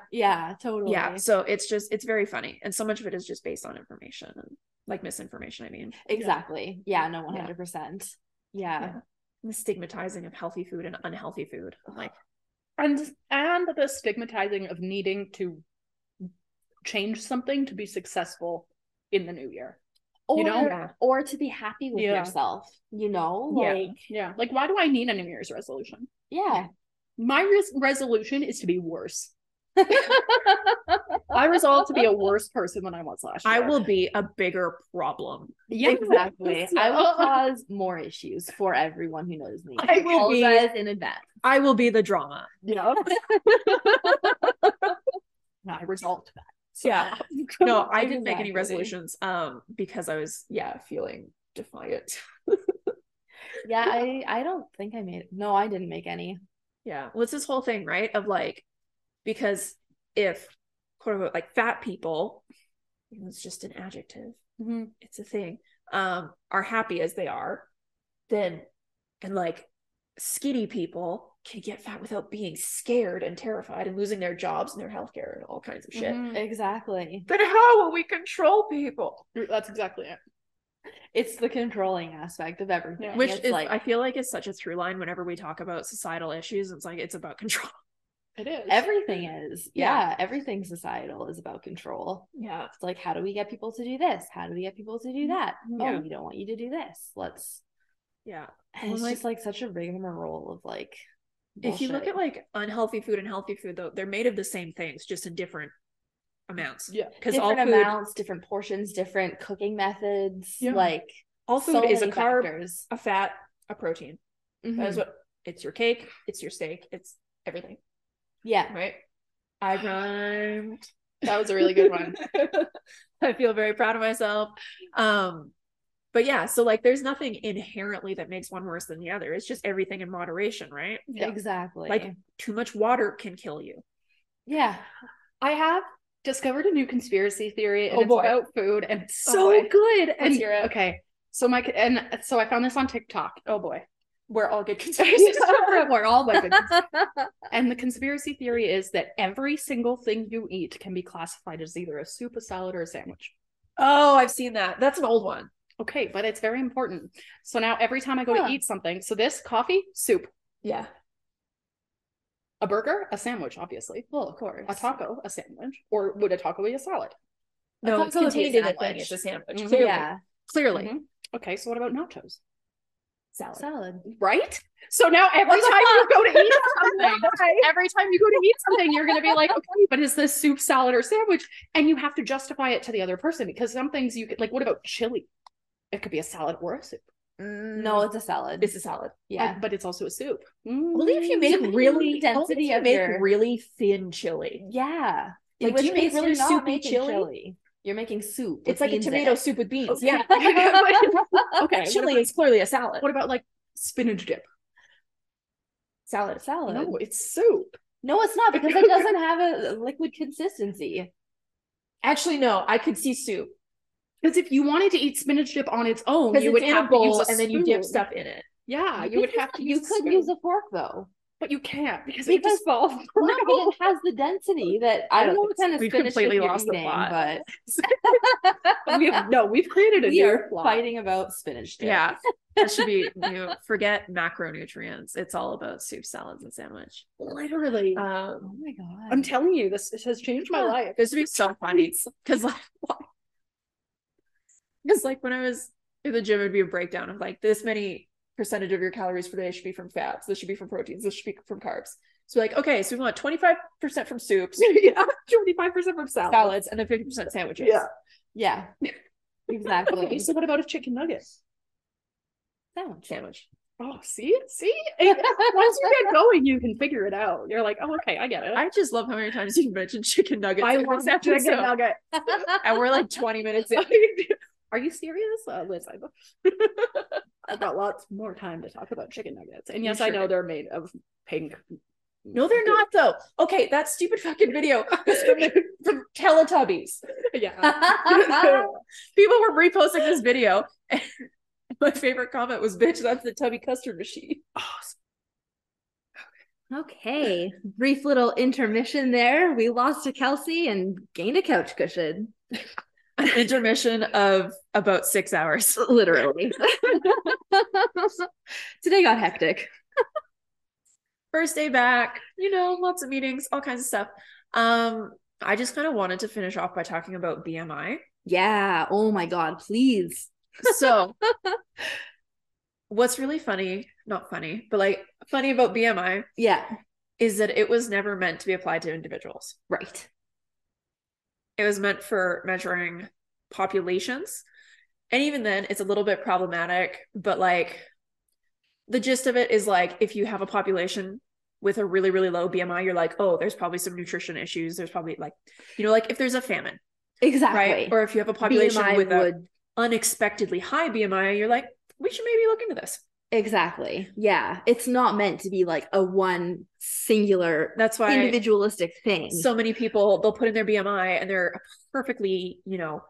Speaker 2: Yeah, totally.
Speaker 1: yeah, so it's just it's very funny, and so much of it is just based on information, and like misinformation. I mean,
Speaker 2: Exactly. Yeah, no,
Speaker 1: Yeah.
Speaker 2: 100%. Yeah.
Speaker 1: the stigmatizing of healthy food and unhealthy food. I'm like,
Speaker 3: And and the stigmatizing of needing to change something to be successful in the new year.
Speaker 2: Or
Speaker 3: You know?
Speaker 2: or to be happy with
Speaker 3: Yeah.
Speaker 2: yourself, you know?
Speaker 1: Yeah.
Speaker 2: Like
Speaker 3: Yeah. Like why do I need a new year's resolution?
Speaker 2: yeah.
Speaker 3: My res- resolution is to be worse. I resolved to be a worse person than I was last year.
Speaker 1: I will be a bigger problem.
Speaker 3: Yeah.
Speaker 2: Exactly. I will
Speaker 3: So-
Speaker 2: cause more issues for everyone who knows me.
Speaker 1: I will be-
Speaker 2: apologize in advance.
Speaker 1: I will be the drama.
Speaker 3: Yeah. I resolved that. So-
Speaker 1: Yeah. No, I didn't make
Speaker 2: Exactly.
Speaker 1: any resolutions um because I was yeah, feeling defiant.
Speaker 2: Yeah, I I don't think I made No, I didn't make any.
Speaker 1: Yeah. Well, it's this whole thing, right? Of like because if quote unquote like fat people, you know, it's just an adjective.
Speaker 3: Mhm.
Speaker 1: it's a thing um are happy as they are then and like skinny people can get fat without being scared and terrified and losing their jobs and their healthcare and all kinds of shit
Speaker 3: Mhm.
Speaker 2: Exactly.
Speaker 1: but how will we control people
Speaker 3: That's exactly it.
Speaker 2: It's the controlling aspect of everything.
Speaker 3: Yeah.
Speaker 1: which
Speaker 2: It's
Speaker 1: is
Speaker 2: like
Speaker 1: i feel like is such a through line whenever we talk about societal issues it's like it's about control
Speaker 3: It is.
Speaker 2: everything is.
Speaker 1: Yeah.
Speaker 2: yeah, everything societal is about control.
Speaker 1: yeah
Speaker 2: It's like, how do we get people to do this? How do we get people to do that?
Speaker 1: Mm-hmm. Yeah.
Speaker 2: Oh, we don't want you to do this. Let's.
Speaker 1: yeah
Speaker 2: And it's
Speaker 1: Well,
Speaker 2: just like such a rigmarole of like.
Speaker 1: if you look
Speaker 2: bullshit.
Speaker 1: at like unhealthy food and healthy food though they're made of the same things just in different amounts
Speaker 3: Yeah.
Speaker 1: because all
Speaker 2: different
Speaker 1: food
Speaker 2: amounts, different portions, different cooking methods,
Speaker 3: Yeah.
Speaker 2: like
Speaker 1: all food is a carb
Speaker 2: Factors.
Speaker 1: a fat a protein That
Speaker 2: Mhm.
Speaker 1: is what it's your cake, it's your steak, it's everything,
Speaker 2: yeah,
Speaker 1: right? I rhymed.
Speaker 3: That was a really good one.
Speaker 1: I feel very proud of myself. Um, but yeah, so like there's nothing inherently that makes one worse than the other. It's just everything in moderation, right?
Speaker 3: Yeah.
Speaker 2: exactly.
Speaker 1: Like too much water can kill you.
Speaker 2: yeah,
Speaker 3: I have discovered a new conspiracy theory and
Speaker 1: Oh,
Speaker 3: it's
Speaker 1: boy.
Speaker 3: about food and it's
Speaker 1: Oh,
Speaker 3: so
Speaker 1: boy.
Speaker 3: good. And
Speaker 1: hear it.
Speaker 3: okay. So my and so I found this on TikTok. Oh boy.
Speaker 1: We're all good conspiracies.
Speaker 3: We're all like Oh, and the conspiracy theory is that every single thing you eat can be classified as either a soup, a salad, or a sandwich.
Speaker 1: oh, I've seen that. That's an old one.
Speaker 3: Okay, but it's very important. So now every time I go
Speaker 2: Huh.
Speaker 3: to eat something, so this coffee, soup,
Speaker 1: Yeah.
Speaker 3: a burger, a sandwich, obviously,
Speaker 2: well, of course,
Speaker 3: a taco, a sandwich, or would a taco be a salad?
Speaker 1: No,
Speaker 2: thought
Speaker 1: it's
Speaker 2: so would be a
Speaker 1: contained in a thing.
Speaker 2: sandwich.
Speaker 1: It's a sandwich.
Speaker 3: Mhm.
Speaker 1: Clearly.
Speaker 2: yeah,
Speaker 1: Clearly.
Speaker 3: Mhm. Okay, so what about nachos?
Speaker 1: Mm-hmm. Salad.
Speaker 2: salad.
Speaker 3: Right? So now every time you go to eat something, every time you go to eat something, you're going to be like, okay, but is this soup, salad, or sandwich? And you have to justify it to the other person because some things you could, like, what about chili? It could be a salad or a soup,
Speaker 2: No, it's a salad.
Speaker 1: Mm-hmm. it's a salad.
Speaker 2: yeah,
Speaker 3: but it's also a soup.
Speaker 1: Only if you
Speaker 3: Mm.
Speaker 1: make
Speaker 2: Depending on the
Speaker 1: really
Speaker 2: density
Speaker 1: only if you
Speaker 2: of
Speaker 1: make
Speaker 2: your-
Speaker 1: really thin chili.
Speaker 2: yeah.
Speaker 1: Like,
Speaker 2: In
Speaker 1: do
Speaker 2: which
Speaker 1: you make
Speaker 2: case
Speaker 1: really
Speaker 2: you're not
Speaker 1: soupy
Speaker 2: making
Speaker 1: chili?
Speaker 2: You're making soup. with
Speaker 1: It's like a
Speaker 2: beans in
Speaker 1: tomato
Speaker 2: it.
Speaker 1: soup with beans.
Speaker 2: Okay.
Speaker 1: Yeah.
Speaker 3: okay,
Speaker 1: Chili
Speaker 3: chili.
Speaker 1: is clearly a salad.
Speaker 3: what about like spinach dip?
Speaker 1: salad?
Speaker 2: salad.
Speaker 3: No, it's soup.
Speaker 2: No, it's not because it doesn't have a liquid consistency.
Speaker 1: Actually, no. I could see soup
Speaker 3: Because if you wanted to eat spinach dip on its own,
Speaker 1: because
Speaker 3: you would
Speaker 1: it's in
Speaker 3: have
Speaker 1: a bowl
Speaker 3: to use
Speaker 1: and then Ah, you dip
Speaker 3: spoon.
Speaker 1: stuff in it.
Speaker 3: Yeah, you
Speaker 2: could
Speaker 3: would
Speaker 2: use
Speaker 3: have
Speaker 2: a-
Speaker 3: to.
Speaker 2: You
Speaker 3: use
Speaker 2: could
Speaker 3: spoon.
Speaker 2: use a fork though.
Speaker 3: but you can't because, it
Speaker 2: Because-
Speaker 3: just falls.
Speaker 2: No, but it has the density that I,
Speaker 3: don't
Speaker 2: don't know
Speaker 3: think
Speaker 2: what kind of
Speaker 1: we've
Speaker 2: spinach that
Speaker 1: completely
Speaker 2: you're
Speaker 1: lost the
Speaker 2: eating,
Speaker 1: plot.
Speaker 2: but
Speaker 3: we have, no, we've created a
Speaker 2: we
Speaker 3: new
Speaker 2: are
Speaker 3: plot.
Speaker 2: fighting about spinach. today.
Speaker 1: Yeah. That should be new. Forget macronutrients. It's all about soup, salads, and sandwich.
Speaker 3: Literally,
Speaker 1: Um,
Speaker 2: Oh my god.
Speaker 3: I'm telling you, this, this has changed my
Speaker 1: Yeah.
Speaker 3: life.
Speaker 1: this would be so funny because like because like when I was in the gym, it'd be a breakdown of like this many percentage of your calories per day should be from fats. This should be from proteins. This should be from carbs. So like okay, so we want twenty five percent from soups,
Speaker 3: yeah, twenty five percent from salad.
Speaker 1: salads, and then fifty percent sandwiches.
Speaker 3: Yeah.
Speaker 2: yeah. Exactly.
Speaker 3: Okay, so what about a chicken nugget?
Speaker 2: Sandwich.
Speaker 1: sandwich.
Speaker 3: Oh, see, see. Once you get going, you can figure it out. You're like, oh, okay, I get it.
Speaker 1: I just love how many times you mentioned chicken nuggets. in this
Speaker 3: chicken
Speaker 1: episode.
Speaker 3: nugget.
Speaker 1: and we're like twenty minutes in.
Speaker 3: Are you serious, uh, Liz? I've, I've got lots more time to talk about chicken nuggets. And
Speaker 1: You
Speaker 3: yes, I
Speaker 1: sure
Speaker 3: know
Speaker 1: do.
Speaker 3: they're made of pink.
Speaker 1: No, they're not though. Okay, that stupid fucking video was from, the, from Teletubbies.
Speaker 2: Uh,
Speaker 3: yeah.
Speaker 1: People were reposting this video. And my favorite comment was, "Bitch, that's the tubby custard machine."
Speaker 2: okay. Brief little intermission there. We lost to Kelsey and gained a couch cushion.
Speaker 1: An intermission of about six hours.
Speaker 2: Literally. Today got hectic.
Speaker 1: First day back, you know, lots of meetings, all kinds of stuff. Um, I just kind of wanted to finish off by talking about BMI.
Speaker 2: Yeah. Oh my god, please.
Speaker 1: So, what's really funny, not funny, but like funny about BMI
Speaker 2: Yeah.
Speaker 1: is that it was never meant to be applied to individuals.
Speaker 2: Right.
Speaker 1: It was meant for measuring populations. And even then, it's a little bit problematic, but like the gist of it is like if you have a population with a really, really low BMI, you're like, oh, there's probably some nutrition issues. There's probably like, you know, like if there's a famine,
Speaker 2: Exactly.
Speaker 1: right? Or if you have a population
Speaker 2: BMI
Speaker 1: with an
Speaker 2: would
Speaker 1: unexpectedly high BMI, you're like, we should maybe look into this.
Speaker 2: Exactly. Yeah. It's not meant to be like a one singular
Speaker 1: That's why
Speaker 2: individualistic thing.
Speaker 1: so many people they'll put in their BMI and they're a perfectly, you know,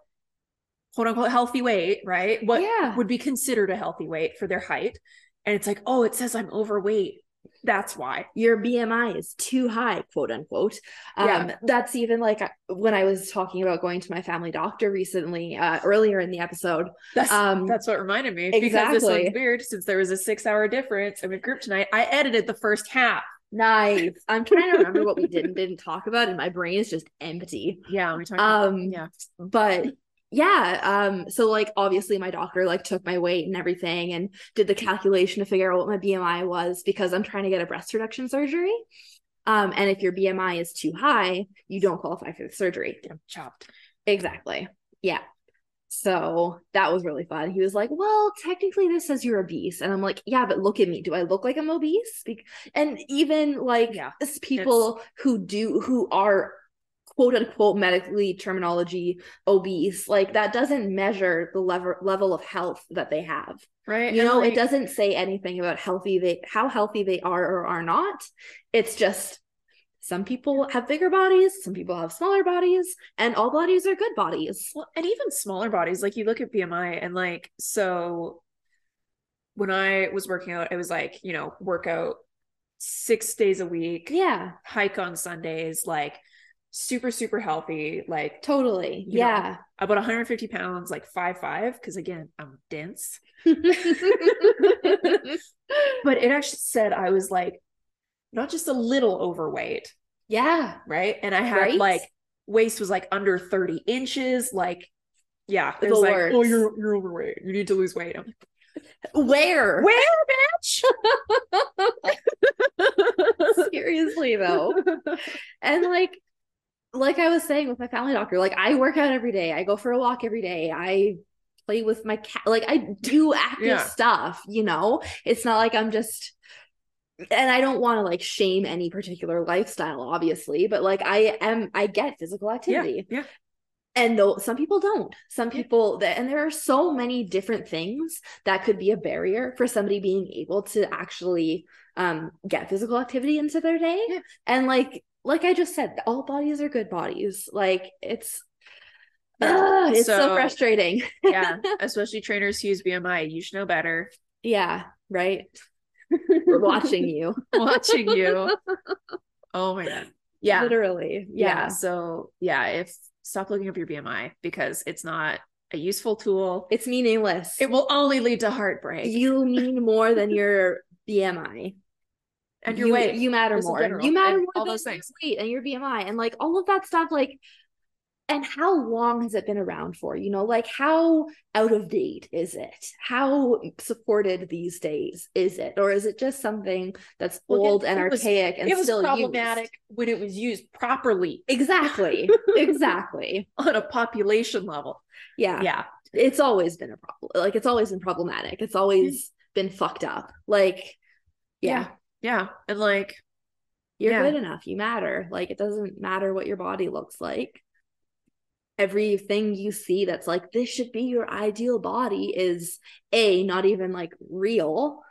Speaker 1: quote unquote healthy weight, right? What
Speaker 2: Yeah.
Speaker 1: would be considered a healthy weight for their height. And it's like, oh, it says I'm overweight. That's why.
Speaker 2: your BMI is too high, quote unquote. Um,
Speaker 1: Yeah.
Speaker 2: That's even like uh, when I was talking about going to my family doctor recently, uh, earlier in the episode.
Speaker 1: That's
Speaker 2: Um,
Speaker 1: that's what reminded me because this
Speaker 2: exactly.
Speaker 1: one's weird since there was a six hour difference and we grouped tonight. I edited the first half.
Speaker 2: Nice. I'm trying to remember what we did and didn't talk about, and my brain is just empty.
Speaker 1: Yeah, we talked.
Speaker 2: Um,
Speaker 1: yeah,
Speaker 2: but yeah um so like obviously my doctor like took my weight and everything and did the calculation to figure out what my bmi was because i'm trying to get a breast reduction surgery um and if your bmi is too high you don't qualify for the surgery
Speaker 1: I'm chopped.
Speaker 2: exactly yeah so that was really fun he was like well technically this says you're obese and i'm like yeah but look at me do i look like i'm obese Bec- and even like
Speaker 1: Yeah,
Speaker 2: s- people who do who are quote unquote medically terminology obese like that doesn't measure the level level of health that they have
Speaker 1: Right.
Speaker 2: you
Speaker 1: And,
Speaker 2: know
Speaker 1: like,
Speaker 2: it doesn't say anything about healthy they how healthy they are or are not it's just some people have bigger bodies some people have smaller bodies and all bodies are good bodies
Speaker 1: Well, and even smaller bodies, like you look at BMI and like, so when I was working out, it was like, you know, workout six days a week,
Speaker 2: yeah
Speaker 1: hike on Sundays, like super, super healthy, like
Speaker 2: totally
Speaker 1: You know,
Speaker 2: yeah
Speaker 1: about 150 pounds, like five, five, because again, I'm dense. But it actually said I was like not just a little overweight,
Speaker 2: yeah
Speaker 1: right? And I had
Speaker 2: Right?
Speaker 1: like waist was like under 30 inches, like yeah, it
Speaker 2: The
Speaker 1: was like, oh,
Speaker 2: works.
Speaker 1: you're you're overweight. You need to lose weight. I'm like,
Speaker 2: where
Speaker 1: where, bitch?
Speaker 2: seriously though and like like i was saying with my family doctor like i work out every day i go for a walk every day i play with my cat like i do active
Speaker 1: Yeah.
Speaker 2: stuff you know it's not like i'm just and i don't want to like shame any particular lifestyle obviously but like i am i get physical activity
Speaker 1: yeah.
Speaker 2: and though some people don't some
Speaker 1: Yeah.
Speaker 2: people that and there are so many different things that could be a barrier for somebody being able to actually um get physical activity into their day
Speaker 1: Yeah.
Speaker 2: and like like i just said all bodies are good bodies like it's Ugh, it's so, frustrating
Speaker 1: yeah, especially trainers who use BMI. You should know better.
Speaker 2: yeah right We're watching you.
Speaker 1: watching you. Oh my god. Yeah.
Speaker 4: Literally.
Speaker 1: yeah. So yeah, if stop looking up your BMI because it's not a useful tool.
Speaker 2: It's meaningless.
Speaker 1: It will only lead to heartbreak.
Speaker 2: you mean more than your BMI.
Speaker 1: and your
Speaker 2: you,
Speaker 1: weight.
Speaker 2: You matter
Speaker 1: just in
Speaker 2: more.
Speaker 1: general,
Speaker 2: You matter
Speaker 1: and
Speaker 2: more
Speaker 1: all
Speaker 2: than
Speaker 1: those
Speaker 2: your
Speaker 1: things.
Speaker 2: weight and your BMI and like all of that stuff. Like, and how long has it been around for? You know, like how out of date is it? How supported these days is it, or is it just something that's
Speaker 1: Well, it-
Speaker 2: old and
Speaker 1: it was-
Speaker 2: archaic and
Speaker 1: it was
Speaker 2: still
Speaker 1: problematic when it was used properly
Speaker 2: Used? Exactly. exactly.
Speaker 1: on a population level.
Speaker 2: Yeah.
Speaker 1: Yeah.
Speaker 2: It's always been a problem. Like it's always been problematic. It's always been fucked up. Like, yeah.
Speaker 1: Mm-hmm. Yeah. And like
Speaker 2: you're
Speaker 1: Yeah.
Speaker 2: good enough you matter like it doesn't matter what your body looks like everything you see that's like this should be your ideal body is a not even like real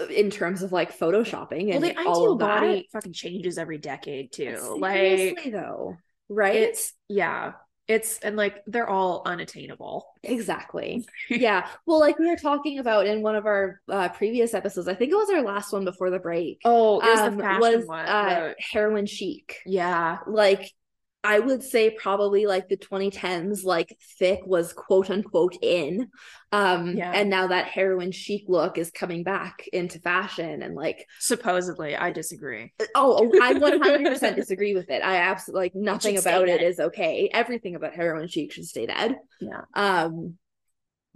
Speaker 2: uh, in terms of like photoshopping
Speaker 1: well
Speaker 2: and
Speaker 1: the
Speaker 2: all
Speaker 1: ideal
Speaker 2: of that.
Speaker 1: body fucking changes every decade too.
Speaker 2: Seriously,
Speaker 1: Like
Speaker 2: though right
Speaker 1: it's yeah. It's and like they're all unattainable.
Speaker 2: Exactly. Yeah. Well, like we were talking about in one of our uh, previous episodes, I think it was our last one before the break.
Speaker 1: Oh, it was
Speaker 2: um,
Speaker 1: the fashion
Speaker 2: was
Speaker 1: one.
Speaker 2: uh,
Speaker 1: the-
Speaker 2: heroin chic.
Speaker 1: yeah.
Speaker 2: like I would say probably like the 2010s, like thick was quote unquote in. Um,
Speaker 1: Yeah.
Speaker 2: and now that heroin chic look is coming back into fashion and like,
Speaker 1: Supposedly. I disagree.
Speaker 2: oh, I 100% disagree with it. I absolutely like nothing
Speaker 1: should stay
Speaker 2: about it
Speaker 1: dead.
Speaker 2: is okay. Everything about heroin chic should stay dead.
Speaker 1: Yeah.
Speaker 2: Um,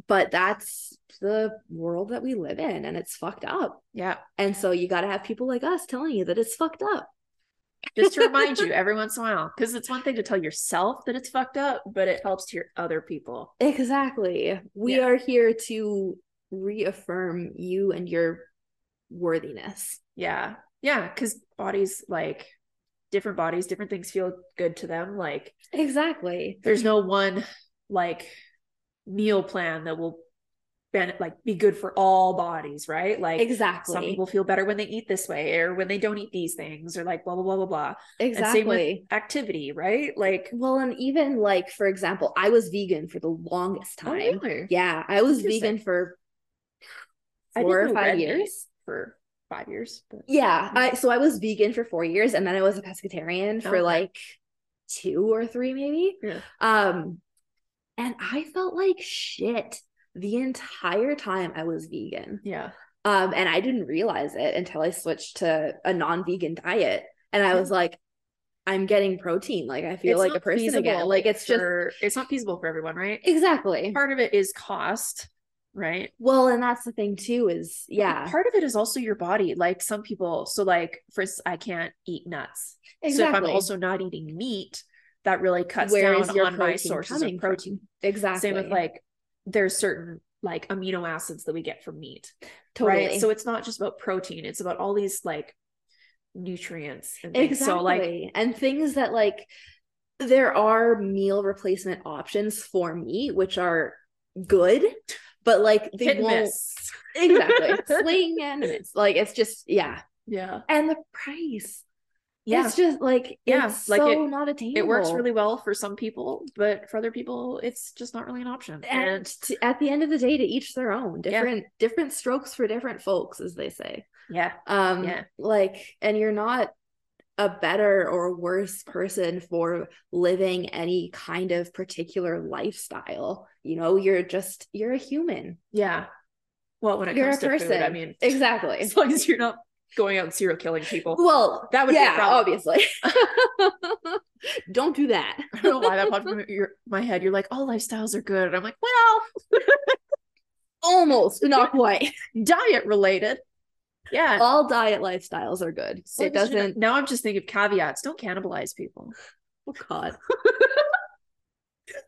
Speaker 2: but that's the world that we live in and it's fucked up.
Speaker 1: Yeah.
Speaker 2: And so you got to have people like us telling you that it's fucked up.
Speaker 1: just to remind you every once in a while because it's one thing to tell yourself that it's fucked up but it helps to hear other people
Speaker 2: Exactly. We
Speaker 1: Yeah.
Speaker 2: are here to reaffirm you and your worthiness.
Speaker 1: yeah yeah because bodies like different bodies different things feel good to them like
Speaker 2: Exactly.
Speaker 1: there's no one like meal plan that will ben- like be good for all bodies right like some
Speaker 2: Exactly.
Speaker 1: people feel better when they eat this way or when they don't eat these things or like blah blah blah blah blah
Speaker 2: Exactly.
Speaker 1: activity right like
Speaker 2: well, and even like, for example, I was vegan for the longest
Speaker 1: Oh,
Speaker 2: time.
Speaker 1: really?
Speaker 2: Yeah, I was
Speaker 1: Interesting.
Speaker 2: vegan for
Speaker 1: I
Speaker 2: four
Speaker 1: did
Speaker 2: or
Speaker 1: the red
Speaker 2: five
Speaker 1: meat.
Speaker 2: years.
Speaker 1: for five years but
Speaker 2: Yeah. I, so I was vegan for four years and then I was a pescatarian for
Speaker 1: Okay.
Speaker 2: like two or three, maybe.
Speaker 1: Yeah.
Speaker 2: Um, and I felt like shit the entire time I was vegan.
Speaker 1: yeah
Speaker 2: Um, and I didn't realize it until I switched to a non-vegan diet. And I was like, I'm getting protein. Like I feel
Speaker 1: It's
Speaker 2: like
Speaker 1: not
Speaker 2: a person again.
Speaker 1: feasible
Speaker 2: Like it's just
Speaker 1: for- it's not feasible for everyone, right?
Speaker 2: exactly.
Speaker 1: Part of it is cost, right?
Speaker 2: Well, and that's the thing too, is yeah.
Speaker 1: Part of it is also your body. Like some people, so like for instance, I can't eat nuts. So if
Speaker 2: Exactly.
Speaker 1: I'm also not eating meat, that really cuts
Speaker 2: Where is
Speaker 1: down
Speaker 2: your
Speaker 1: on my
Speaker 2: protein
Speaker 1: sources
Speaker 2: coming
Speaker 1: of
Speaker 2: from?
Speaker 1: protein.
Speaker 2: exactly.
Speaker 1: Same with like there's certain like amino acids that we get from meat.
Speaker 2: totally.
Speaker 1: Right. So it's not just about protein, it's about all these like nutrients and things.
Speaker 2: exactly.
Speaker 1: So like
Speaker 2: and things that like there are meal replacement options for meat, which are good, but like they
Speaker 1: hit and
Speaker 2: won't
Speaker 1: miss.
Speaker 2: exactly swing and it's like it's just yeah.
Speaker 1: Yeah.
Speaker 2: And the price.
Speaker 1: Yeah.
Speaker 2: It's just like
Speaker 1: Yeah,
Speaker 2: it's
Speaker 1: like,
Speaker 2: so
Speaker 1: it-
Speaker 2: not attainable.
Speaker 1: it works really well for some people, but for other people, it's just not really an option.
Speaker 2: and
Speaker 1: And
Speaker 2: to, at the end of the day to each their own
Speaker 1: Yeah.
Speaker 2: different different strokes for different folks as they say
Speaker 1: yeah,
Speaker 2: um
Speaker 1: Yeah.
Speaker 2: like and you're not a better or worse person for living any kind of particular lifestyle you know you're just you're a human
Speaker 1: yeah. Well, when it
Speaker 2: you're a
Speaker 1: comes to
Speaker 2: person
Speaker 1: food, I mean,
Speaker 2: exactly
Speaker 1: as long as you're not going out and serial killing people,
Speaker 2: well
Speaker 1: That would be a
Speaker 2: yeah
Speaker 1: problem.
Speaker 2: obviously don't do that
Speaker 1: I don't know why that popped in your, my head. You're like, all lifestyles are good, and I'm like, well,
Speaker 2: almost but not quite
Speaker 1: diet related. Yeah.
Speaker 2: all diet lifestyles are good
Speaker 1: As long
Speaker 2: it
Speaker 1: as you're not-
Speaker 2: doesn't
Speaker 1: now I'm just thinking of caveats. Don't cannibalize people.
Speaker 2: Oh God.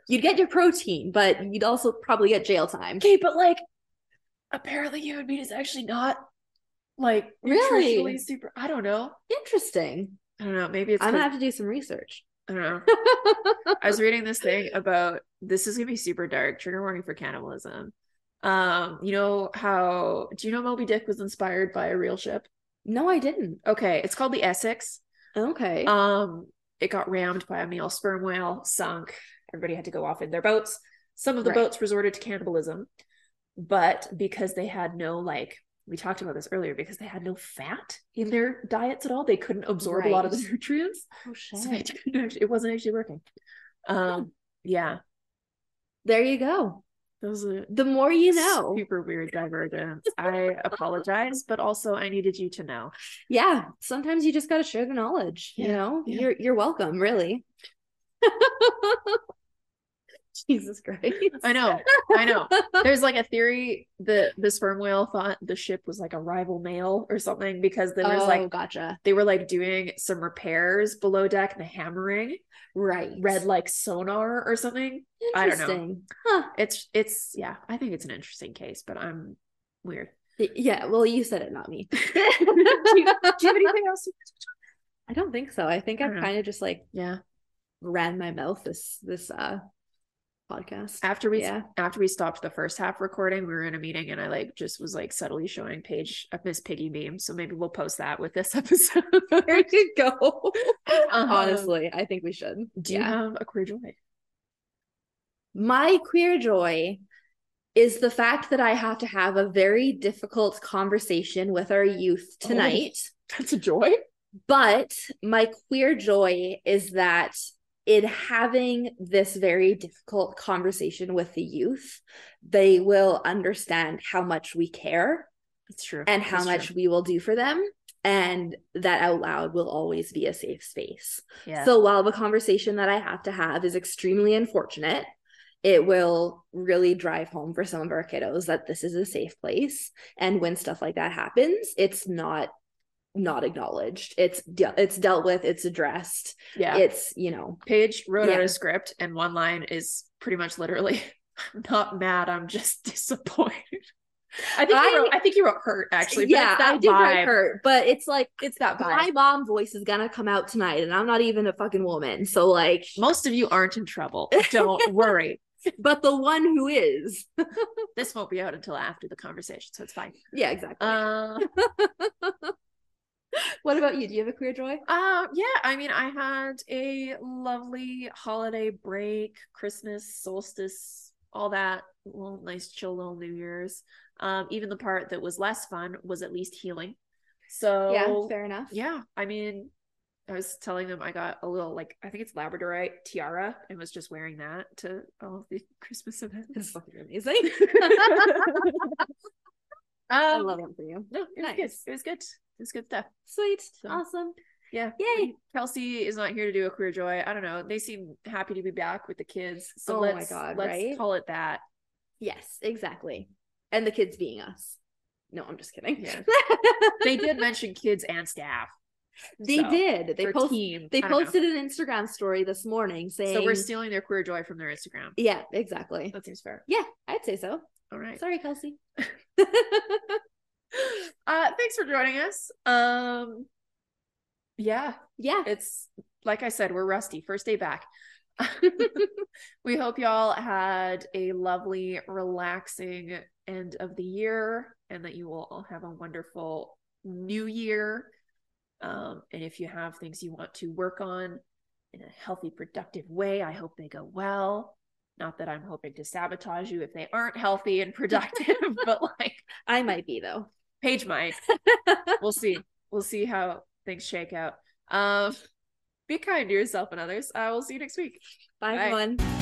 Speaker 2: you'd get your protein, but you'd also probably get jail time.
Speaker 1: Okay, but like, apparently, human meat is actually not like
Speaker 2: Really?
Speaker 1: nutritionally super. I don't know.
Speaker 2: Interesting.
Speaker 1: I don't know. Maybe it's
Speaker 2: I'm
Speaker 1: 'cause-
Speaker 2: gonna have to do some research.
Speaker 1: I don't know. I was reading this thing about this is gonna be super dark. Trigger warning for cannibalism. Um, you know how do you know Moby Dick was inspired by a real ship?
Speaker 2: No, I didn't.
Speaker 1: Okay, it's called the Essex.
Speaker 2: Okay.
Speaker 1: Um, it got rammed by a male sperm whale, sunk. Everybody had to go off in their boats. Some of the
Speaker 2: Right.
Speaker 1: boats resorted to cannibalism, but because they had no like we talked about this earlier because they had no fat in their diets at all. They couldn't absorb a lot of the
Speaker 5: Right.
Speaker 1: nutrients.
Speaker 2: Oh
Speaker 1: So they couldn't actually, it wasn't actually working. Um, yeah,
Speaker 2: There you go.
Speaker 1: those are
Speaker 2: The more you know.
Speaker 1: super weird divergence. I apologize, but also I needed you to know.
Speaker 2: Yeah. Sometimes you just gotta share the knowledge. You
Speaker 6: Yeah,
Speaker 2: know?
Speaker 6: yeah.
Speaker 2: You're you're welcome, really. Jesus Christ.
Speaker 1: I know, I know. There's like a theory that the sperm whale thought the ship was like a rival male or something because there was
Speaker 5: oh,
Speaker 1: like
Speaker 5: gotcha.
Speaker 1: they were like doing some repairs below deck and the hammering
Speaker 2: Right.
Speaker 1: read like sonar or something. I don't know.
Speaker 2: Interesting.
Speaker 1: It's it's yeah, I think it's an interesting case, but I'm weird.
Speaker 2: Yeah, well you said it, not me.
Speaker 1: Do you have anything else?
Speaker 2: I don't think so. I think
Speaker 1: I
Speaker 2: I've
Speaker 1: don't know.
Speaker 2: kind of just like
Speaker 1: Yeah.
Speaker 2: ran my mouth this this uh podcast.
Speaker 1: After we
Speaker 2: Yeah.
Speaker 1: after we stopped the first half recording, we were in a meeting and I like just was like subtly showing Paige a Miss Piggy meme. So maybe we'll post that with this episode.
Speaker 2: There you go.
Speaker 1: Um,
Speaker 2: Honestly, I think we should.
Speaker 1: Do you have a queer joy?
Speaker 2: my queer joy is the fact that I have to have a very difficult conversation with our youth
Speaker 1: Oh.
Speaker 2: tonight.
Speaker 1: That's a joy.
Speaker 2: But my queer joy is that in having this very difficult conversation with the youth, they will understand how much we care
Speaker 1: That's true.
Speaker 2: and how
Speaker 1: That's
Speaker 2: much
Speaker 1: true.
Speaker 2: we will do for them. And that out loud will always be a safe space.
Speaker 1: Yeah.
Speaker 2: So while the conversation that I have to have is extremely unfortunate, it will really drive home for some of our kiddos that this is a safe place. And when stuff like that happens, it's not not acknowledged. It's de- it's dealt with. It's addressed.
Speaker 1: yeah.
Speaker 2: It's you know
Speaker 1: Paige wrote out
Speaker 2: Yeah.
Speaker 1: a script, and one line is pretty much literally, "I'm not mad, I'm just disappointed." I think
Speaker 2: I-
Speaker 1: you wrote, I think you wrote hurt actually. But
Speaker 2: yeah.
Speaker 1: it's that
Speaker 2: I do
Speaker 1: vibe.
Speaker 2: write hurt, but it's like
Speaker 1: It's that vibe.
Speaker 2: my mom voice is gonna come out tonight, and I'm not even a fucking woman. So like,
Speaker 1: Most of you aren't in trouble. Don't worry.
Speaker 2: but the one who is,
Speaker 1: This won't be out until after the conversation, so it's fine.
Speaker 2: yeah, exactly.
Speaker 1: Uh,
Speaker 2: what about you? Do you have a queer joy?
Speaker 1: uh, yeah. I mean, I had a lovely holiday break, Christmas, solstice, all that. Well, nice chill little New Year's. Um, even the part that was less fun was at least healing. So
Speaker 2: yeah, fair enough.
Speaker 1: yeah i mean i was telling them i got a little like i think it's labradorite tiara and was just wearing that to all of the christmas
Speaker 2: That's
Speaker 1: events
Speaker 2: fucking amazing. I
Speaker 1: Um,
Speaker 2: love it for you.
Speaker 1: no it was
Speaker 2: Nice.
Speaker 1: good it was good it was good stuff
Speaker 2: Sweet.
Speaker 1: So-
Speaker 2: Awesome.
Speaker 1: yeah
Speaker 2: Yay.
Speaker 1: kelsey is not here to do a queer joy i don't know they seem happy to be back with the kids so
Speaker 2: Oh my
Speaker 1: let's
Speaker 2: God,
Speaker 1: let's
Speaker 2: right?
Speaker 1: call it that
Speaker 2: Yes, exactly. And the kids being us. No, I'm just kidding.
Speaker 1: Yeah. they did mention kids and staff
Speaker 2: they
Speaker 1: So,
Speaker 2: did. They
Speaker 1: for
Speaker 2: post-
Speaker 1: team
Speaker 2: they
Speaker 1: I don't know.
Speaker 2: posted an Instagram story this morning saying
Speaker 1: so we're stealing their queer joy from their instagram
Speaker 2: Yeah, exactly.
Speaker 1: that seems fair
Speaker 2: Yeah, I'd say so.
Speaker 1: all right
Speaker 2: Sorry, Kelsey.
Speaker 1: uh thanks for joining us um yeah
Speaker 2: yeah.
Speaker 1: it's like i said we're rusty first day back we hope y'all had a lovely relaxing end of the year and that you will all have a wonderful new year um and if you have things you want to work on in a healthy productive way i hope they go well not that i'm hoping to sabotage you if they aren't healthy and productive but like
Speaker 2: I might be though.
Speaker 1: Page might. we'll see. We'll see how things shake out. Um, be kind to yourself and others. I will see you next week.
Speaker 2: Bye,
Speaker 1: Bye.
Speaker 2: everyone.